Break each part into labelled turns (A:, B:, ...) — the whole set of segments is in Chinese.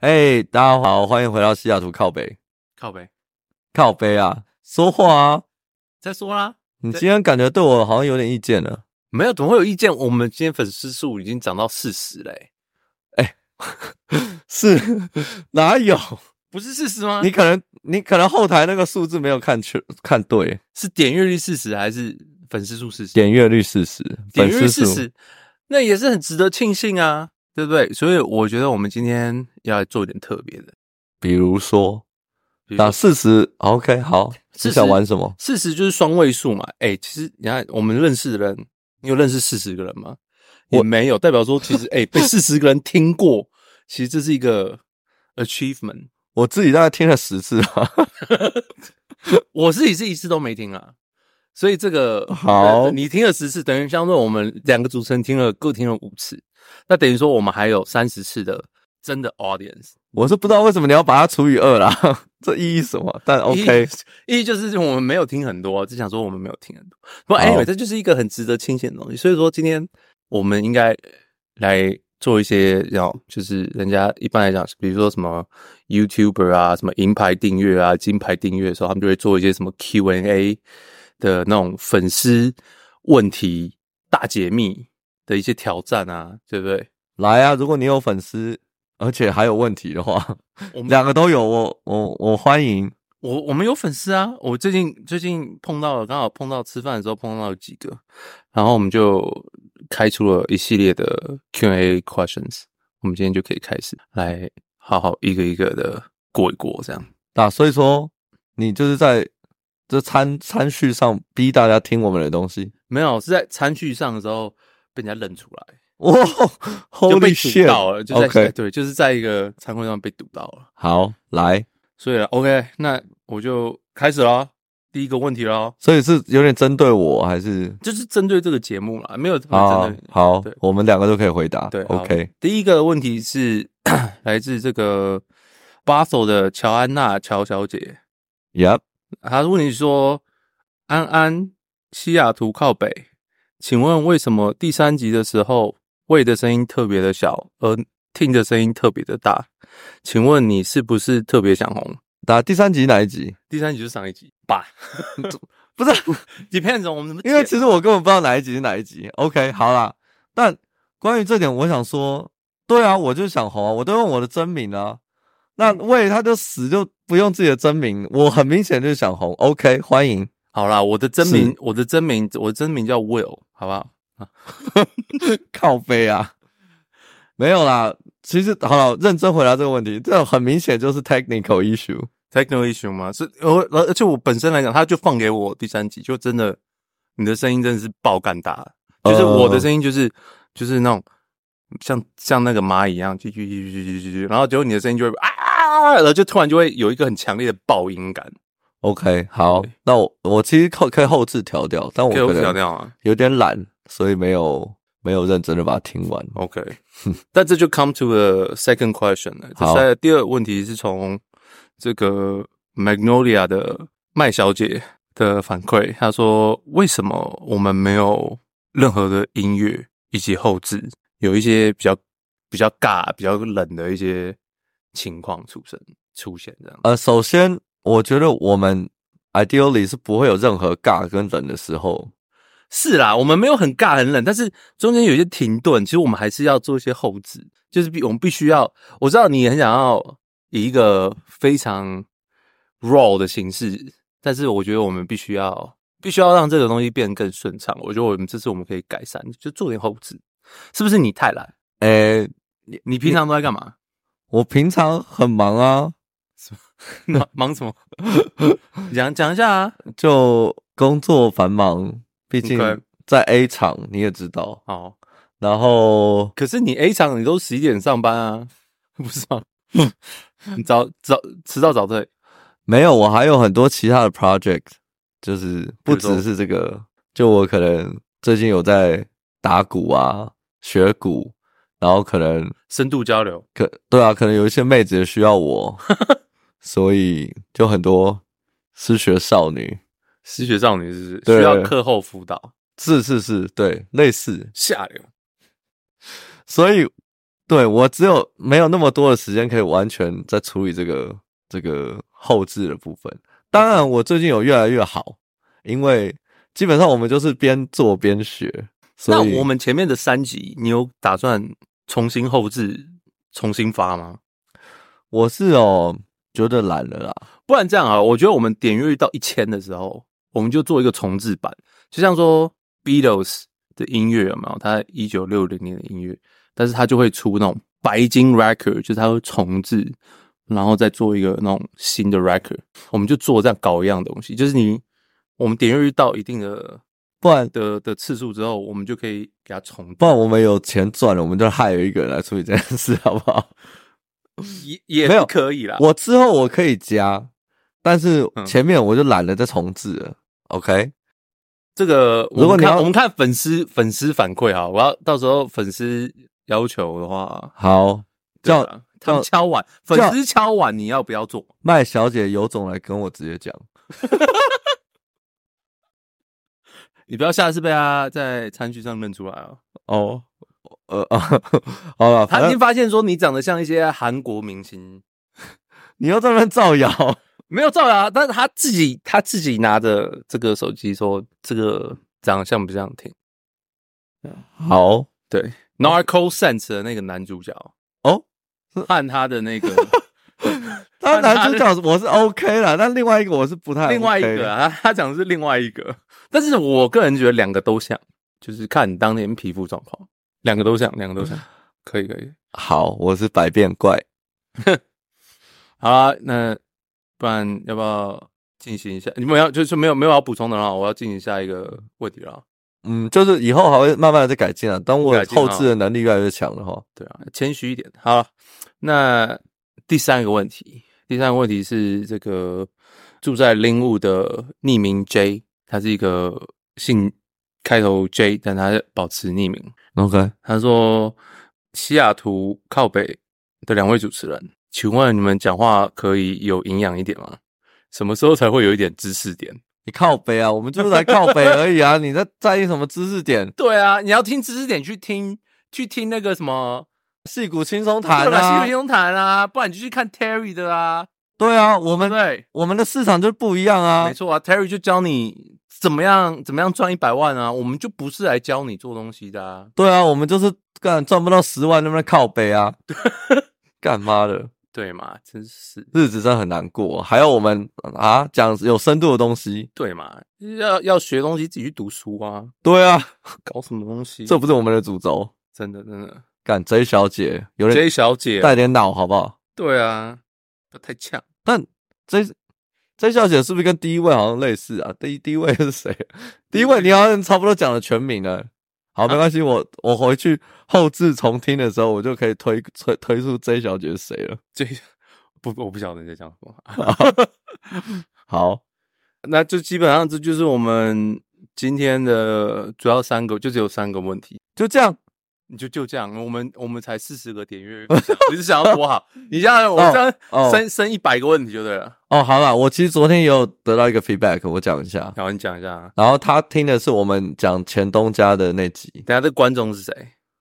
A: 哎、大家好，欢迎回到西雅图靠北，
B: 靠北，
A: 靠北啊，说话啊！
B: 再说啦，
A: 你
B: 对
A: 今天感觉对我好像有点意见了，
B: 没有，怎么会有意见？我们今天粉丝数已经涨到四十嘞，
A: 是哪有？
B: 不是四十吗？
A: 你可能你可能后台那个数字没有看去看对，
B: 是点阅率四十还是粉丝数四十？
A: 点阅率四十，粉
B: 点阅率
A: 丝
B: 四
A: 数
B: 十，那也是很值得庆幸啊，对不对？所以我觉得我们今天要来做一点特别的，
A: 比如说
B: 比如
A: 打
B: 说
A: 四十，OK，好，你
B: 40
A: 想玩什么？
B: 四十就是双位数嘛。哎、其实你看我们认识的人，你有认识四十个人吗？
A: 我
B: 也没有，代表说其 实哎、被四十个人听过，其实这是一个 achievement。
A: 我自己大概听了十次 吧。
B: 我自己是一次都没听啊，所以这个
A: 好
B: 呃你听了十次，等于相当于我们两个主持人听了各听了五次，那等于说我们还有三十次的真的 audience。
A: 我是不知道为什么你要把它除以二啦， 这意义什么？但 OK，
B: 一一就是我们没有听很多，只想说我们没有听很多。不过
A: 好
B: anyway，这就是一个很值得清醒的东西。所以说今天我们应该来做一些，然后就是人家一般来讲，比如说什么 YouTuber 啊，什么银牌订阅啊、金牌订阅的时候，他们就会做一些什么 Q&A 的那种粉丝问题大解密的一些挑战啊，对不对？
A: 来啊！如果你有粉丝，而且还有问题的话，
B: 我们
A: 两个都有，我我我欢迎。
B: 我我们有粉丝啊，我最近最近碰到了，刚好碰到吃饭的时候碰到了几个，然后我们就开出了一系列的 Q&A questions，我们今天就可以开始来好好一个一个的过一过，这样
A: 那所以说，你就是在这餐餐序上逼大家听我们的东西。
B: 没有是在餐序上的时候被人家认出来，
A: 哇
B: 就被
A: ，Holy
B: 堵
A: shit！
B: 到了，就在
A: OK，
B: 对，就是在一个餐会上被堵到了，
A: 好，来，
B: 所以了 OK，那我就开始啦，第一个问题喽，
A: 所以是有点针对我还是？
B: 就是针对这个节目啦，没有特别针对
A: 好
B: 你
A: 好
B: 对，
A: 我们两个都可以回答。
B: 对好
A: ，OK，
B: 第一个问题是 来自这个 Basel 的乔安娜乔小姐，
A: Yep，
B: 她问你说：“安安，西雅图靠北，请问为什么第三集的时候胃的声音特别的小，而听的声音特别的大？请问你是不是特别想红
A: 打第三集哪一集？？”
B: 第三集就是上一集吧
A: 不是，
B: ，depends on 我们怎么
A: 因为
B: 剪
A: 其实我根本不知道哪一嗯集是哪一集。OK，好啦，但关于这点，我想说，对啊，我就想红啊，我都用我的真名啊。那为他就死就不用自己的真名，我很明显就是想红。OK，欢迎。
B: 好啦，我的真名
A: 是，
B: 我的真名，我的真名叫 Will，好不好？
A: 靠背啊， 没有啦。其实好了，认真回答这个问题，这很明显就是 technical issue。
B: technical issue 吗？是，而而而且我本身来讲，他就放给我第三集，就真的你的声音真的是爆干大，就是我
A: 哦
B: 的声音就是、就是那种像像那个蚂蚁一样，就就就就就就，然后结果你的声音就会啊啊，啊然后就突然就会有一个很强烈的爆音感，
A: 嗯 OK，好
B: 对，
A: 那我我其实可可以后置调掉，但我
B: 可以我
A: 哦可
B: 调
A: 能
B: 掉啊
A: 有点懒，所以没有没有认真的把它听完。
B: ，OK。但这就 come to the second question 了，
A: 好
B: 这在第二个问题是从这个 Magnolia 的麦小姐的反馈，她说为什么我们没有任何的音乐以及后置，有一些比较比较尬、比较冷的一些情况出生出现这样。
A: 呃，首先我觉得我们 ideally 是不会有任何尬跟冷的时候，
B: 是啦，我们没有很尬很冷，但是中间有一些停顿，其实我们还是要做一些后置，就是必我们必须要。我知道你很想要以一个非常 raw 的形式，但是我觉得我们必须要必须要让这个东西变得更顺畅。我觉得我们这次我们可以改善，就做点后置。是不是你太懒？
A: 诶、
B: 你平常都在干嘛？
A: 我平常很忙啊，
B: 忙忙什么？ 讲讲一下啊。
A: 就工作繁忙，毕竟
B: OK
A: 在 A 厂你也知道，
B: 哦，
A: 然后
B: 可是你 A 厂你都十一点上班啊，不是吗？你早早迟到早退。
A: 没有我还有很多其他的 project，就是不
B: 比如
A: 只
B: 说
A: 是这个，就我可能最近有在打鼓啊，学鼓，然后可能
B: 深度交流。
A: 可对啊，可能有一些妹子也需要 我，所以就很多失学少女，
B: 失学少女是不
A: 对
B: 是需要课后辅导，
A: 是是是，对，类似，
B: 下流。
A: 所以对我只有没有那么多的时间可以完全在处理这个这个后置的部分。当然，我最近有越来越好，因为基本上我们就是边做边学。所
B: 那
A: 以
B: 我们前面的三集，你有打算重新后置、重新发吗？
A: 我是哦，觉得懒了啦。
B: 不然这样啊，我觉得我们点阅率到一千的时候，我们就做一个重置版，就像说 Beatles 的音乐有没有？它一九六零年的音乐，但是它就会出那种白金 record，就是它会重置，然后再做一个那种新的 record，我们就做这样搞一样东西，就是你我们点阅率到一定的
A: 不然
B: 的的次数之后，我们就可以给它重
A: 不然我们有钱赚了，我们就害一个人来处理这件事，好不好？
B: 也也
A: 没有
B: 不可以啦。
A: 我之后我可以加，但是
B: 啊嗯
A: 前面我就懒得再重置了。OK，
B: 这个，
A: 如果
B: 我们
A: 你
B: 看
A: 要
B: 我们看粉丝粉丝反馈啊，我要到时候粉丝要求的话，
A: 好，叫
B: 对啊他
A: 叫
B: 们敲碗，粉丝敲碗，你要不要做？
A: 麦小姐有种来跟我直接讲。
B: 你不要下次被他在餐具上认出来哦。
A: 哦，呃 啊，好了，反
B: 他已
A: 正
B: 经发现说啊你长得像一些韩国明星，
A: 你又在那边造 谣，
B: 没有造谣，啊但是他自己他自己拿着这个手机说这个长得像不像挺
A: 好，
B: 对 Narco Sense 的那个男主角
A: 哦，
B: 和他的那个
A: 当然男主
B: 他
A: 角我是 OK 啦，但另外一个我是不太 OK
B: 另外一个、啊，他他讲的是另外一个，但是我个人觉得两个都像，就是看你当天皮肤状况，两个都像，两个都像， 可以可以。
A: 好，我是百变怪。
B: 好啦，那不然要不要进行一下？你们要就是没有没有要补充的话，我要进行下一个问题了。
A: 嗯，就是以后还会慢慢的在改进啊。当我
B: 改进啊
A: 后置的能力越来越强的话，
B: 对啊，谦虚一点。好，那第三个问题，第三个问题是这个住在林务的匿名 J，他是一个姓开头 J，但他保持匿名。
A: OK，
B: 他说：“西雅图靠北的两位主持人，请问你们讲话可以有营养一点吗？什么时候才会有一点知识点？”
A: 你靠北啊，我们就是来靠 北而已啊，你在在意什么知识点？
B: 对啊，你要听知识点去听，去听那个什么
A: 戏骨轻松谈
B: 对吧
A: 啊
B: 西游，庸谈啊，不然你就去看 Terry 的啊，
A: 对啊，我
B: 对
A: 们
B: 不对？
A: 我们的市场就不一样啊
B: 没。错啊，Terry 就教你怎么样怎么样赚一百万啊，我们就不是来教你做东西的啊。
A: 对啊，我们就是干赚不到十万，那边靠北 啊，干妈的
B: 对嘛，真是
A: 日子真的很难过。还有我们啊，讲有深度的东西，
B: 对嘛，要要学东西自己去读书啊，
A: 对啊，
B: 搞什么东西？
A: 这不是我们的主轴。
B: 真的真的
A: 干 J 小姐有点
B: ，J 小姐啊
A: 带点脑好不好
B: 对啊，不要太呛。
A: ？J J 小姐是不是跟第一位好像类似啊？第一第一位 是谁？第一位你好像差不多讲了全名了。
B: 啊
A: 好，没关系，我我回去后置重听的时候，我就可以推推推出 J 小姐是谁了。
B: 这 不，我不晓得你在讲什么。啊
A: 好，
B: 那就基本上这就是我们今天的主要三个，就只有三个问题。
A: 就这样。
B: 你就就这样，我们我们才四十个点阅，你是想要多好？ 你这样我们这
A: 哦
B: 样
A: 哦
B: 升升一百个问题就对了。
A: 哦，好了，我其实昨天也有得到一个 feedback，我讲一下。
B: 然后你讲一下啊，
A: 然后他听的是我们讲前东家的那集，
B: 等下这观众是谁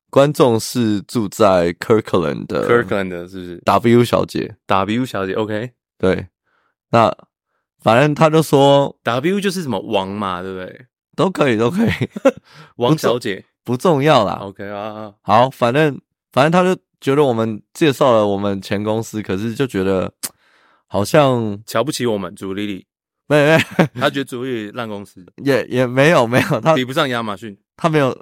A: 观众是住在 Kirkland 的
B: ？Kirkland 的是不是
A: W 小姐。
B: ？W 小姐，OK，W
A: 对，那反正他就说
B: 就是什么王嘛，对不对？
A: 都可以，都可 以，
B: 王小姐
A: 不重要啦。
B: ，OK 啊啊，
A: 好，反正反正他就觉得我们介绍了我们前公司，可是就觉得好像
B: 瞧不起我们主丽丽，
A: 没没
B: 她觉得主丽丽烂公司，
A: 也也没有没有，他
B: 比不上亚马逊。
A: 他没有，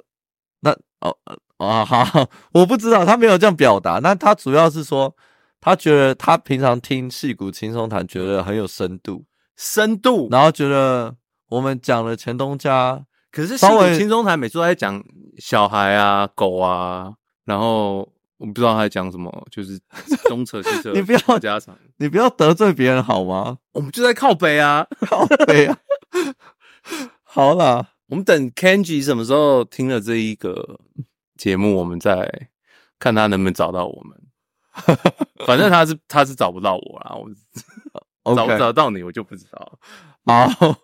A: 那哦哦好，我不知道他没有这样表达。那他主要是说，他觉得他平常听戏骨轻松谈，觉得很有深度，
B: 深度。
A: 然后觉得我们讲了前东家，
B: 可是
A: 稍
B: 心
A: 微
B: 理轻松台每次都在讲小孩啊、狗啊，然后我不知道他在讲什么，就是 东扯西扯，
A: 你不要
B: 家常，
A: 你不要得罪别人好吗？
B: 我们就在靠北啊。
A: 靠背啊， 好啦，
B: 我们等 Kenji 什么时候听了这一个节目，我们再看他能不能找到我们。 反正他是他是找不到我啦，我找不
A: OK，
B: 找到你我就不知道了。
A: 好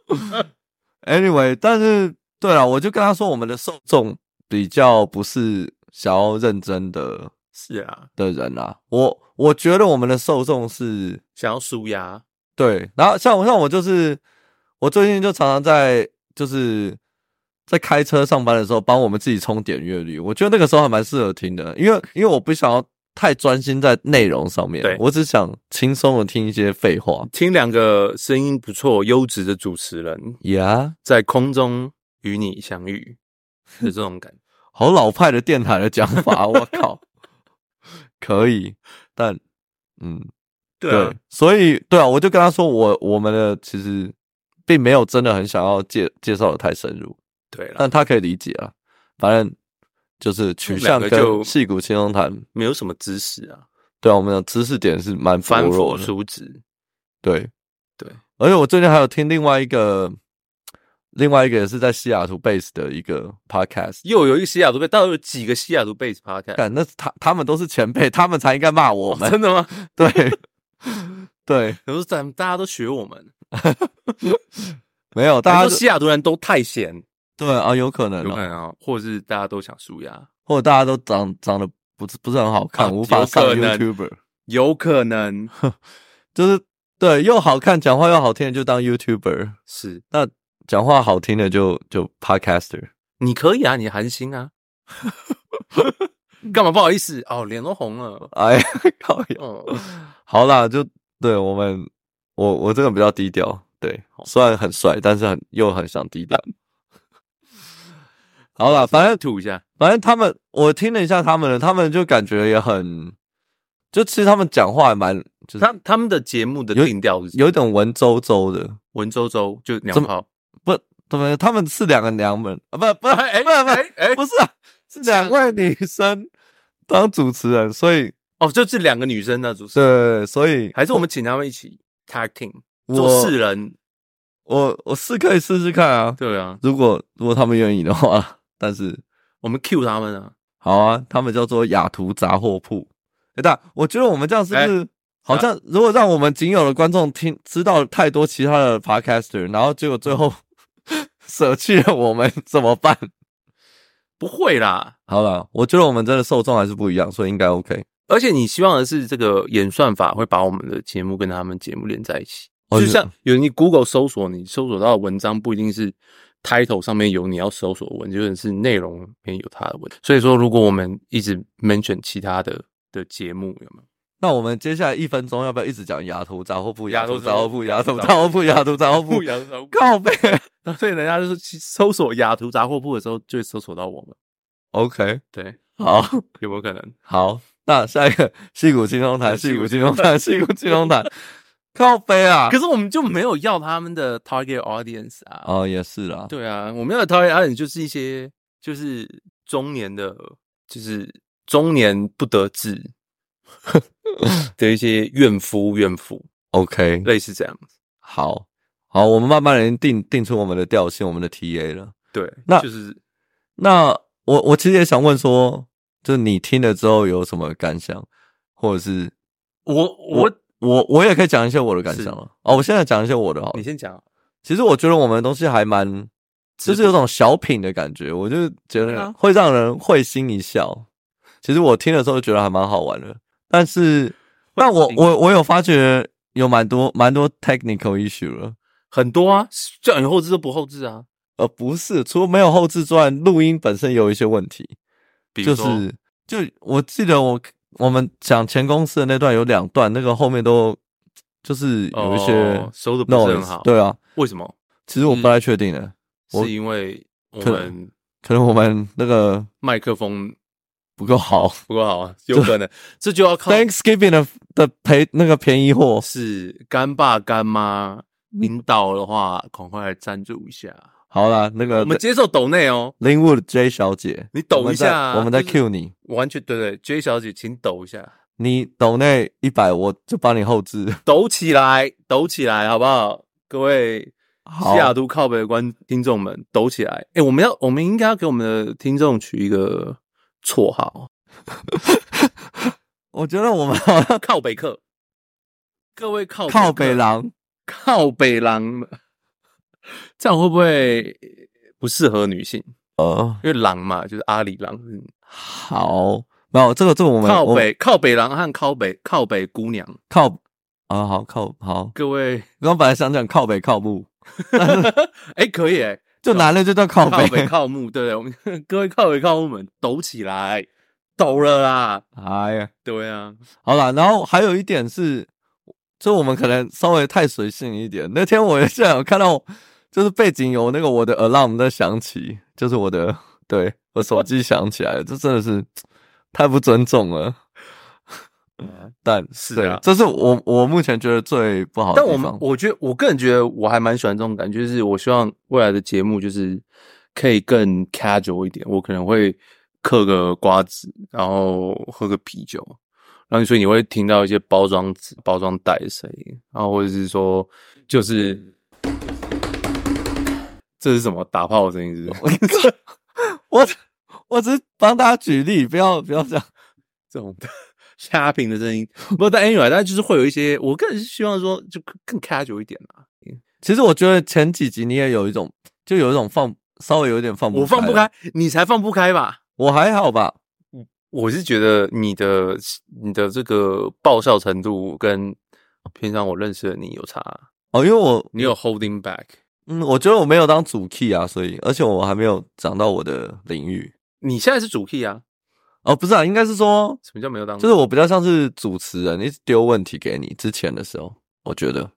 A: ，Anyway，但是对了，我就跟他说，我们的受众比较不是想要认真的
B: 是啊，
A: 的人啊。我我觉得我们的受众是
B: 想要舒压，
A: 对，然后像我像我就是，我最近就常常在就是在开车上班的时候，帮我们自己充点阅率。我觉得那个时候还蛮适合听的，因为因为我不想要太专心在内容上面
B: 对，
A: 我只想轻松的听一些废话。
B: 听两个声音不错、优质的主持人
A: Yeah，
B: 在空中与你相遇的这种感觉。
A: 好老派的电台的讲 法，我靠，可以，但嗯，
B: 对啊，
A: 所以对啊，我就跟他说我我们的其实并没有真的很想要介介绍的太深入。
B: 对呃了，
A: 但他可以理解啊，反正就是取向
B: 我们两个
A: 跟
B: 就
A: 戏骨青龙潭，
B: 没有什么知识啊，
A: 对啊，我们的知识点是蛮薄
B: 翻
A: 弱
B: 佛
A: 的，
B: 书纸。
A: 对
B: 对。
A: 而且我最近还有听另外一个，另外一个也是在西雅图 base 的一个 podcast，
B: 又有一个西雅图贝，到底有几个西雅图贝斯 podcast？、
A: 但那是他他们都是前辈，他们才应该骂我
B: 哦
A: 们，
B: 真的吗？
A: 对 对，
B: 可是咱们大家都学我们，
A: 没有
B: 大
A: 大
B: 家
A: 家
B: 说西雅图人都太闲，
A: 对啊，有可能
B: 有可
A: 哦，
B: 能啊，或者是大家都想舒压，
A: 或者大家都长长得不是不是很好看，
B: 啊
A: 无法上
B: 有可能
A: YouTuber，
B: 有可能
A: 就是对又好看，讲话又好听的就当 YouTuber。
B: 是
A: 讲话好听的就就 podcaster，
B: 你可以啊，你寒心啊， 干嘛不好意思？哦，脸都红了，
A: 哎呀， 靠呀！
B: 哦，
A: 好啦，就对我们，我我这个人比较低调，对，虽然很帅，但是很又很想低调。 好啦，反正
B: 吐一下，
A: 反正他们，我听了一下他们的，他们就感觉也很，就其实他们讲话还蛮，就是
B: 他他们的节目的
A: 有
B: 定调是什么
A: 有一种文绉绉的，
B: 文绉绉就娘
A: 怎么
B: 炮，
A: 不，怎么他们是两个娘们啊？不不，
B: 哎
A: 不不
B: 哎哎
A: 不是、啊，是两位女生当主持人，所以
B: 哦，就是两个女生呢，主持人，
A: 对，所以
B: 还是我们请他们一起 tag team 做
A: 我
B: 四人，
A: 我我是可以试试看啊，
B: 对啊，
A: 如果如果他们愿意的话，但是
B: 我们 cue 他们啊，
A: 好啊，他们叫做雅图杂货铺。哎、但我觉得我们这样是不是、好像如果让我们仅有的观众听知道太多其他的 podcaster，然后结果最后 舍弃了我们怎么办？
B: 不会啦，
A: 好了，我觉得我们真的受众还是不一样，所以应该 OK。
B: 而且你希望的是，这个演算法会把我们的节目跟他们节目连在一起。
A: 哦
B: 就是像有你 Google 搜索，你搜索到的文章不一定是 title 上面有你要搜索的文，就是是内容里面有它的文。所以说，如果我们一直 mention 其他的的节目，有没有？
A: 那我们接下来一分钟要不要一直讲雅图杂货铺、雅
B: 雅
A: 图
B: 图
A: 杂货铺、雅图
B: 杂货铺
A: 杂货铺、雅图杂货铺？
B: 雅图
A: 靠背。
B: 杂 所以人家就是去搜索雅图杂货铺的时候，就会搜索到我们。
A: OK，
B: 对，
A: 好。
B: 有没有可能？
A: 好，那下一个戏骨金融坛，
B: 对
A: 戏骨
B: 戏骨
A: 金融坛，戏骨金融坛，靠背啊
B: 可！是我们就没有要他们的 target audience 啊。
A: 哦，也是啦，
B: 对啊，我们要的 target audience 就是一些就是中年的，就是中年不得志 的一些怨夫怨妇，
A: ，OK，
B: 类似这样子。
A: 好，好，我们慢慢的定定出我们的调性，我们的 TA 了。
B: 对，
A: 那
B: 就是
A: 那我我其实也想问说，就你听了之后有什么感想，或者是
B: 我我
A: 我我也可以讲一些我的感想了。哦，我现在讲一些我的好了
B: 你先讲，啊
A: 其实我觉得我们的东西还蛮，就是有种小品的感觉，我就觉
B: 对
A: 得
B: 啊
A: 会让人会心一笑。其实我听的时候觉得还蛮好玩的，但是，但我我我有发觉有蛮多蛮多 technical issue 了。
B: 很多啊，叫你后置都不后置啊。
A: 呃，不是，除了没有后置之外，录音本身有一些问题，
B: 比
A: 就
B: 如说
A: 是就我记得我我们讲前公司的那段有两段，那个后面都就是有一些
B: 哦收的不是很
A: noise，、
B: 好，，嗯
A: 对啊，
B: 为什么？
A: 其实我不太确定的，我
B: 是因为我
A: 可
B: 们
A: 可能我们那个
B: 麦克风
A: 不够好。
B: 不够好啊， 有可能这就要 靠
A: Thanksgiving 的的赔那个便宜货，
B: 是干爸干妈领导的话，赶快来赞助一下。啊
A: 好啦，那个
B: 我们接受抖内哦，
A: 林 Wood J 小姐，
B: 你抖一下啊
A: 我们在
B: 就
A: Q 你，
B: 完全对对，J 小姐，请抖一下，
A: 你抖那一百，我就帮你后 置。
B: 抖起来，抖起来，好不好？各位
A: 好
B: 西，雅图靠北的观听众们，抖起来！哎，我们要，我们应该要给我们的听众取一个绰号，
A: 我觉得我们好像
B: 靠北客。各位靠
A: 靠
B: 北
A: 北
B: 客，
A: 狼，
B: 靠北狼，这样会不会不适合女性？
A: 呃，
B: 因为狼嘛，就是阿里郎，嗯
A: 好，没有这个这个我们
B: 靠
A: 我
B: 北靠北狼和靠北靠北姑娘，
A: 靠啊好靠好，
B: 各位，
A: 我本来想讲靠北靠木，
B: 哎、可以哎、
A: 就男的就叫靠
B: 靠
A: 北
B: 北靠木，对不对？我们 各位靠北靠木们抖起来，抖了啦，
A: 哎呀，
B: 对啊，
A: 好啦，然后还有一点是，就我们可能稍微太随性一点。那天我现在有看到，就是背景有那个我的 alarm 在响起，就是我的对我手机响起来了，这真的是太不尊重了。 但
B: 是
A: 对
B: 啊
A: 这是我我目前觉得最不好的
B: 但
A: 地
B: 我
A: 方。
B: 们我觉得我个人觉得我还蛮喜欢这种感觉，就是我希望未来的节目就是可以更 casual 一点，我可能会嗑个瓜子，然后喝个啤酒，然后所以你会听到一些包装纸、包装袋的声音，然后或者是说就是。这是什么打炮的声音是不是？
A: 我我只是帮大家举例，不要不要这样。
B: 这种虾屏的声音，不过但 anyway，但就是会有一些，我个人是希望说就更 casual 一点啦。
A: 其实我觉得前几集你也有一种，就有一种放稍微有一点放不
B: 我放不开，你才放不开吧？
A: 我还好吧，
B: 我是觉得你的你的这个爆笑程度跟平常我认识的你有差，
A: 哦，因为我
B: 你有 holding back，
A: 嗯，我觉得我没有当主 key 啊，所以而且我还没有涨到我的领域。
B: 你现在是主 key 啊？
A: 哦，不是啊，应该是说，
B: 什么叫没有当？
A: 就是我比较像是主持人，一直丢问题给你。之前的时候，我觉得，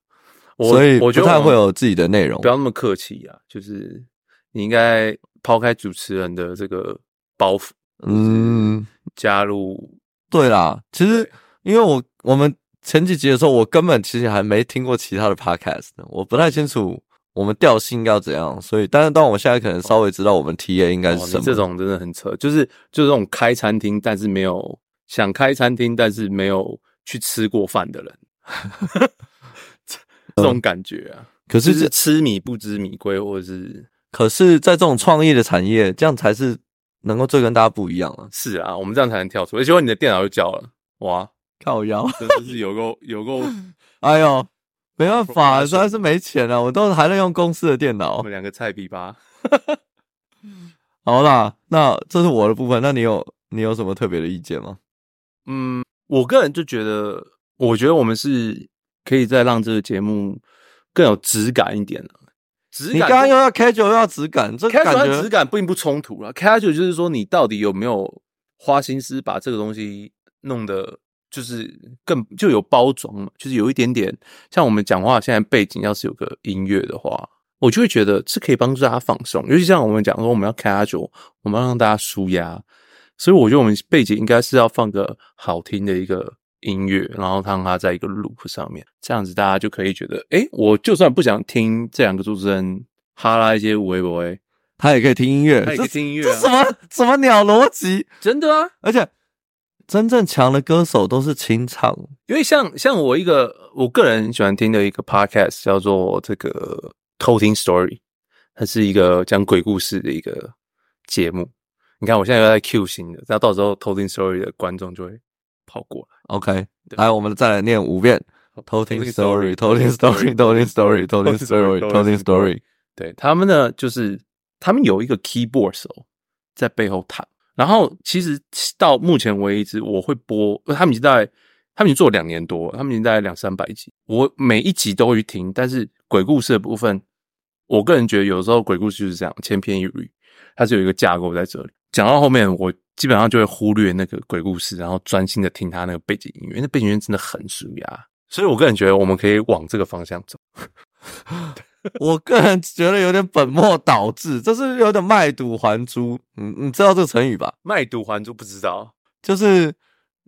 B: 我
A: 所以
B: 我觉
A: 不
B: 得
A: 太
B: 我
A: 会有自己的内容
B: 不。要那么客气啊，就是你应该抛开主持人的这个包袱，
A: 嗯，
B: 加入
A: 对啦，其实因为我我们前几集的时候，我根本其实还没听过其他的 podcast，呢我不太清楚我们调性要怎样，所以，但是，但我现在可能稍微知道我们 TA 应该是
B: 哦
A: 什
B: 你
A: 么。
B: 这种真的很扯，就是就这种开餐厅，但是没有想开餐厅，但是没有去吃过饭的人，这种感觉啊，
A: 可
B: 就是是
A: 这，
B: 吃米不知米规，或者是
A: 可是，在这种创意的产业，这样才是能够最跟大家不一样了。
B: 是啊，我们这样才能跳出。而且你的电脑就交了，哇，
A: 靠腰。
B: 真的是有够有 够，
A: 哎呦，没办法，
B: Professional
A: 实在是没钱啊，我都还在用公司的电
B: 我
A: 脑
B: 们。两个菜逼吧。
A: 好啦，那这是我的部分，那你有你有什么特别的意见吗？
B: 嗯，我个人就觉得，我觉得我们是可以再让这个节目更有质感一点的。质
A: 你
B: 感
A: 刚刚
B: 就
A: 又要 casual 又要质感，这
B: casual
A: 感
B: 和质
A: 觉
B: 感并不冲突了。casual 就是说你到底有没有花心思把这个东西弄得就是更就有包装嘛，就是有一点点像我们讲话现在背景要是有个音乐的话，我就会觉得是可以帮助大家放松。尤其像我们讲说我们要 casual，我们要让大家舒压，所以我觉得我们背景应该是要放个好听的一个。音乐，然后让它在一个 loop 上面，这样子大家就可以觉得，诶，我就算不想听这两个主持人哈拉一些微博，诶，
A: 他也可以听音 乐，
B: 他也可以
A: 这
B: 听音乐、
A: 这
B: 啊，
A: 什么什么鸟逻辑？
B: 真的啊，
A: 而且真正强的歌手都是清唱，
B: 因为像像我一个我个人喜欢听的一个 podcast 叫做这个偷听 story，它是一个讲鬼故事的一个节目。你看我现在又在 Q 新的，那到时候偷听 story 的观众就会跑过来。
A: OK，来，我们再来念五遍。偷听 story，偷听 story，偷听 story，偷听 story，偷听 story。
B: 对他们呢，就是他们有一个 keyboard 手在背后弹。然后其实到目前为止，我会播，他们已经大概他们已经做了两年多了，他们已经大概两三百集，我每一集都会去听。但是鬼故事的部分，我个人觉得有时候鬼故事就是这样千篇一律，它是有一个架构在这里。讲到后面，我基本上就会忽略那个鬼故事，然后专心的听它那个背景音乐，因为那背景音乐真的很舒压。所以我个人觉得我们可以往这个方向走。
A: 我个人觉得有点本末倒置，这是有点卖赌还珠。嗯，你知道这个成语吧？
B: 卖毒还珠不知道，
A: 就是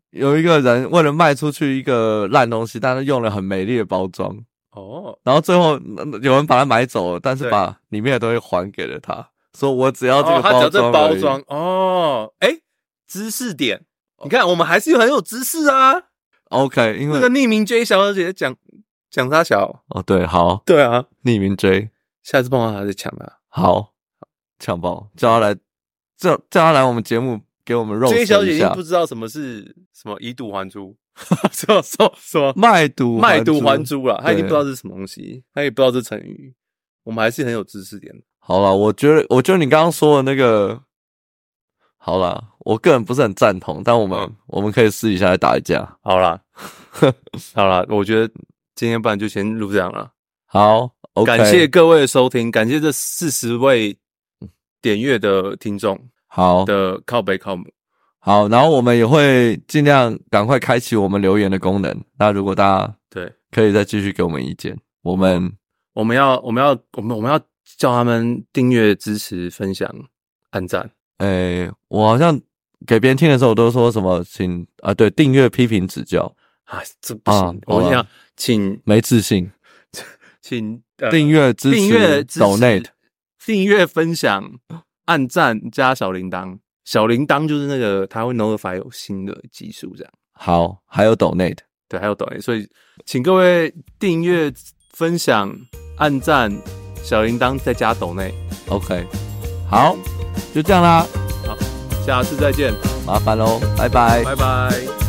A: 有一个人为了卖出去一个烂东西，但是用了很美丽的包装，
B: 哦，
A: 然后最后嗯有人把它买走了，但是
B: 对
A: 把里面的东西还给了他，说我只要这
B: 哦，
A: 个
B: 他只要这
A: 包
B: 包
A: 装而已。
B: 装哦，哎，知识点，你看我们还是很有知识啊。
A: OK，因
B: 那
A: 为、
B: 个匿名 J 小姐讲讲她小，
A: 哦对，好，
B: 对啊，
A: 匿名追，
B: 下次碰到她啊就抢她。
A: 好，强暴叫他来，叫叫他来我们节目给我们肉
B: J 小姐
A: 一
B: 已经
A: 下
B: 不，知道什么是什么以赌还珠， 什么什么什么
A: 卖毒
B: 卖毒
A: 还
B: 还
A: 珠。
B: 珠了，她已经
A: 对
B: 不知道这是什么东西，她也不知道这成语，我们还是很有知识点的。
A: 好了，我觉得我觉得你刚刚说的那个好啦，我个人不是很赞同，但我们、
B: 嗯
A: 我们可以私底下来打一架。
B: 好啦， 好啦，我觉得今天不然就先录这样了。
A: 好，OK，
B: 感谢各位的收听，感谢这四十位点阅的听众
A: 好
B: 的靠北靠母。
A: 好，然后我们也会尽量赶快开启我们留言的功能。那如果大家
B: 对，
A: 可以再继续给我们意见，我们
B: 我们要，我们要，我们我们要叫他们订阅、支持、分享、按赞。
A: 诶、我好像给别人听的时候，我都说什么，请啊，对，订阅、批评、指教，
B: 啊，这不行！
A: 啊
B: 我
A: 好
B: 们
A: 了
B: 想请
A: 没自信，
B: 请、呃
A: 订阅支持
B: 订阅支持
A: donate，
B: 订阅、分享、按赞加小铃铛。小铃铛就是那个它会 notify 有新的技术这样。
A: 好，还有 donate，
B: 对，还有抖音，所以请各位订阅、分享、按赞、小铃铛，再加抖内。
A: OK，好，就这样啦，
B: 好，下次再见，
A: 麻烦喽，拜拜。
B: 拜拜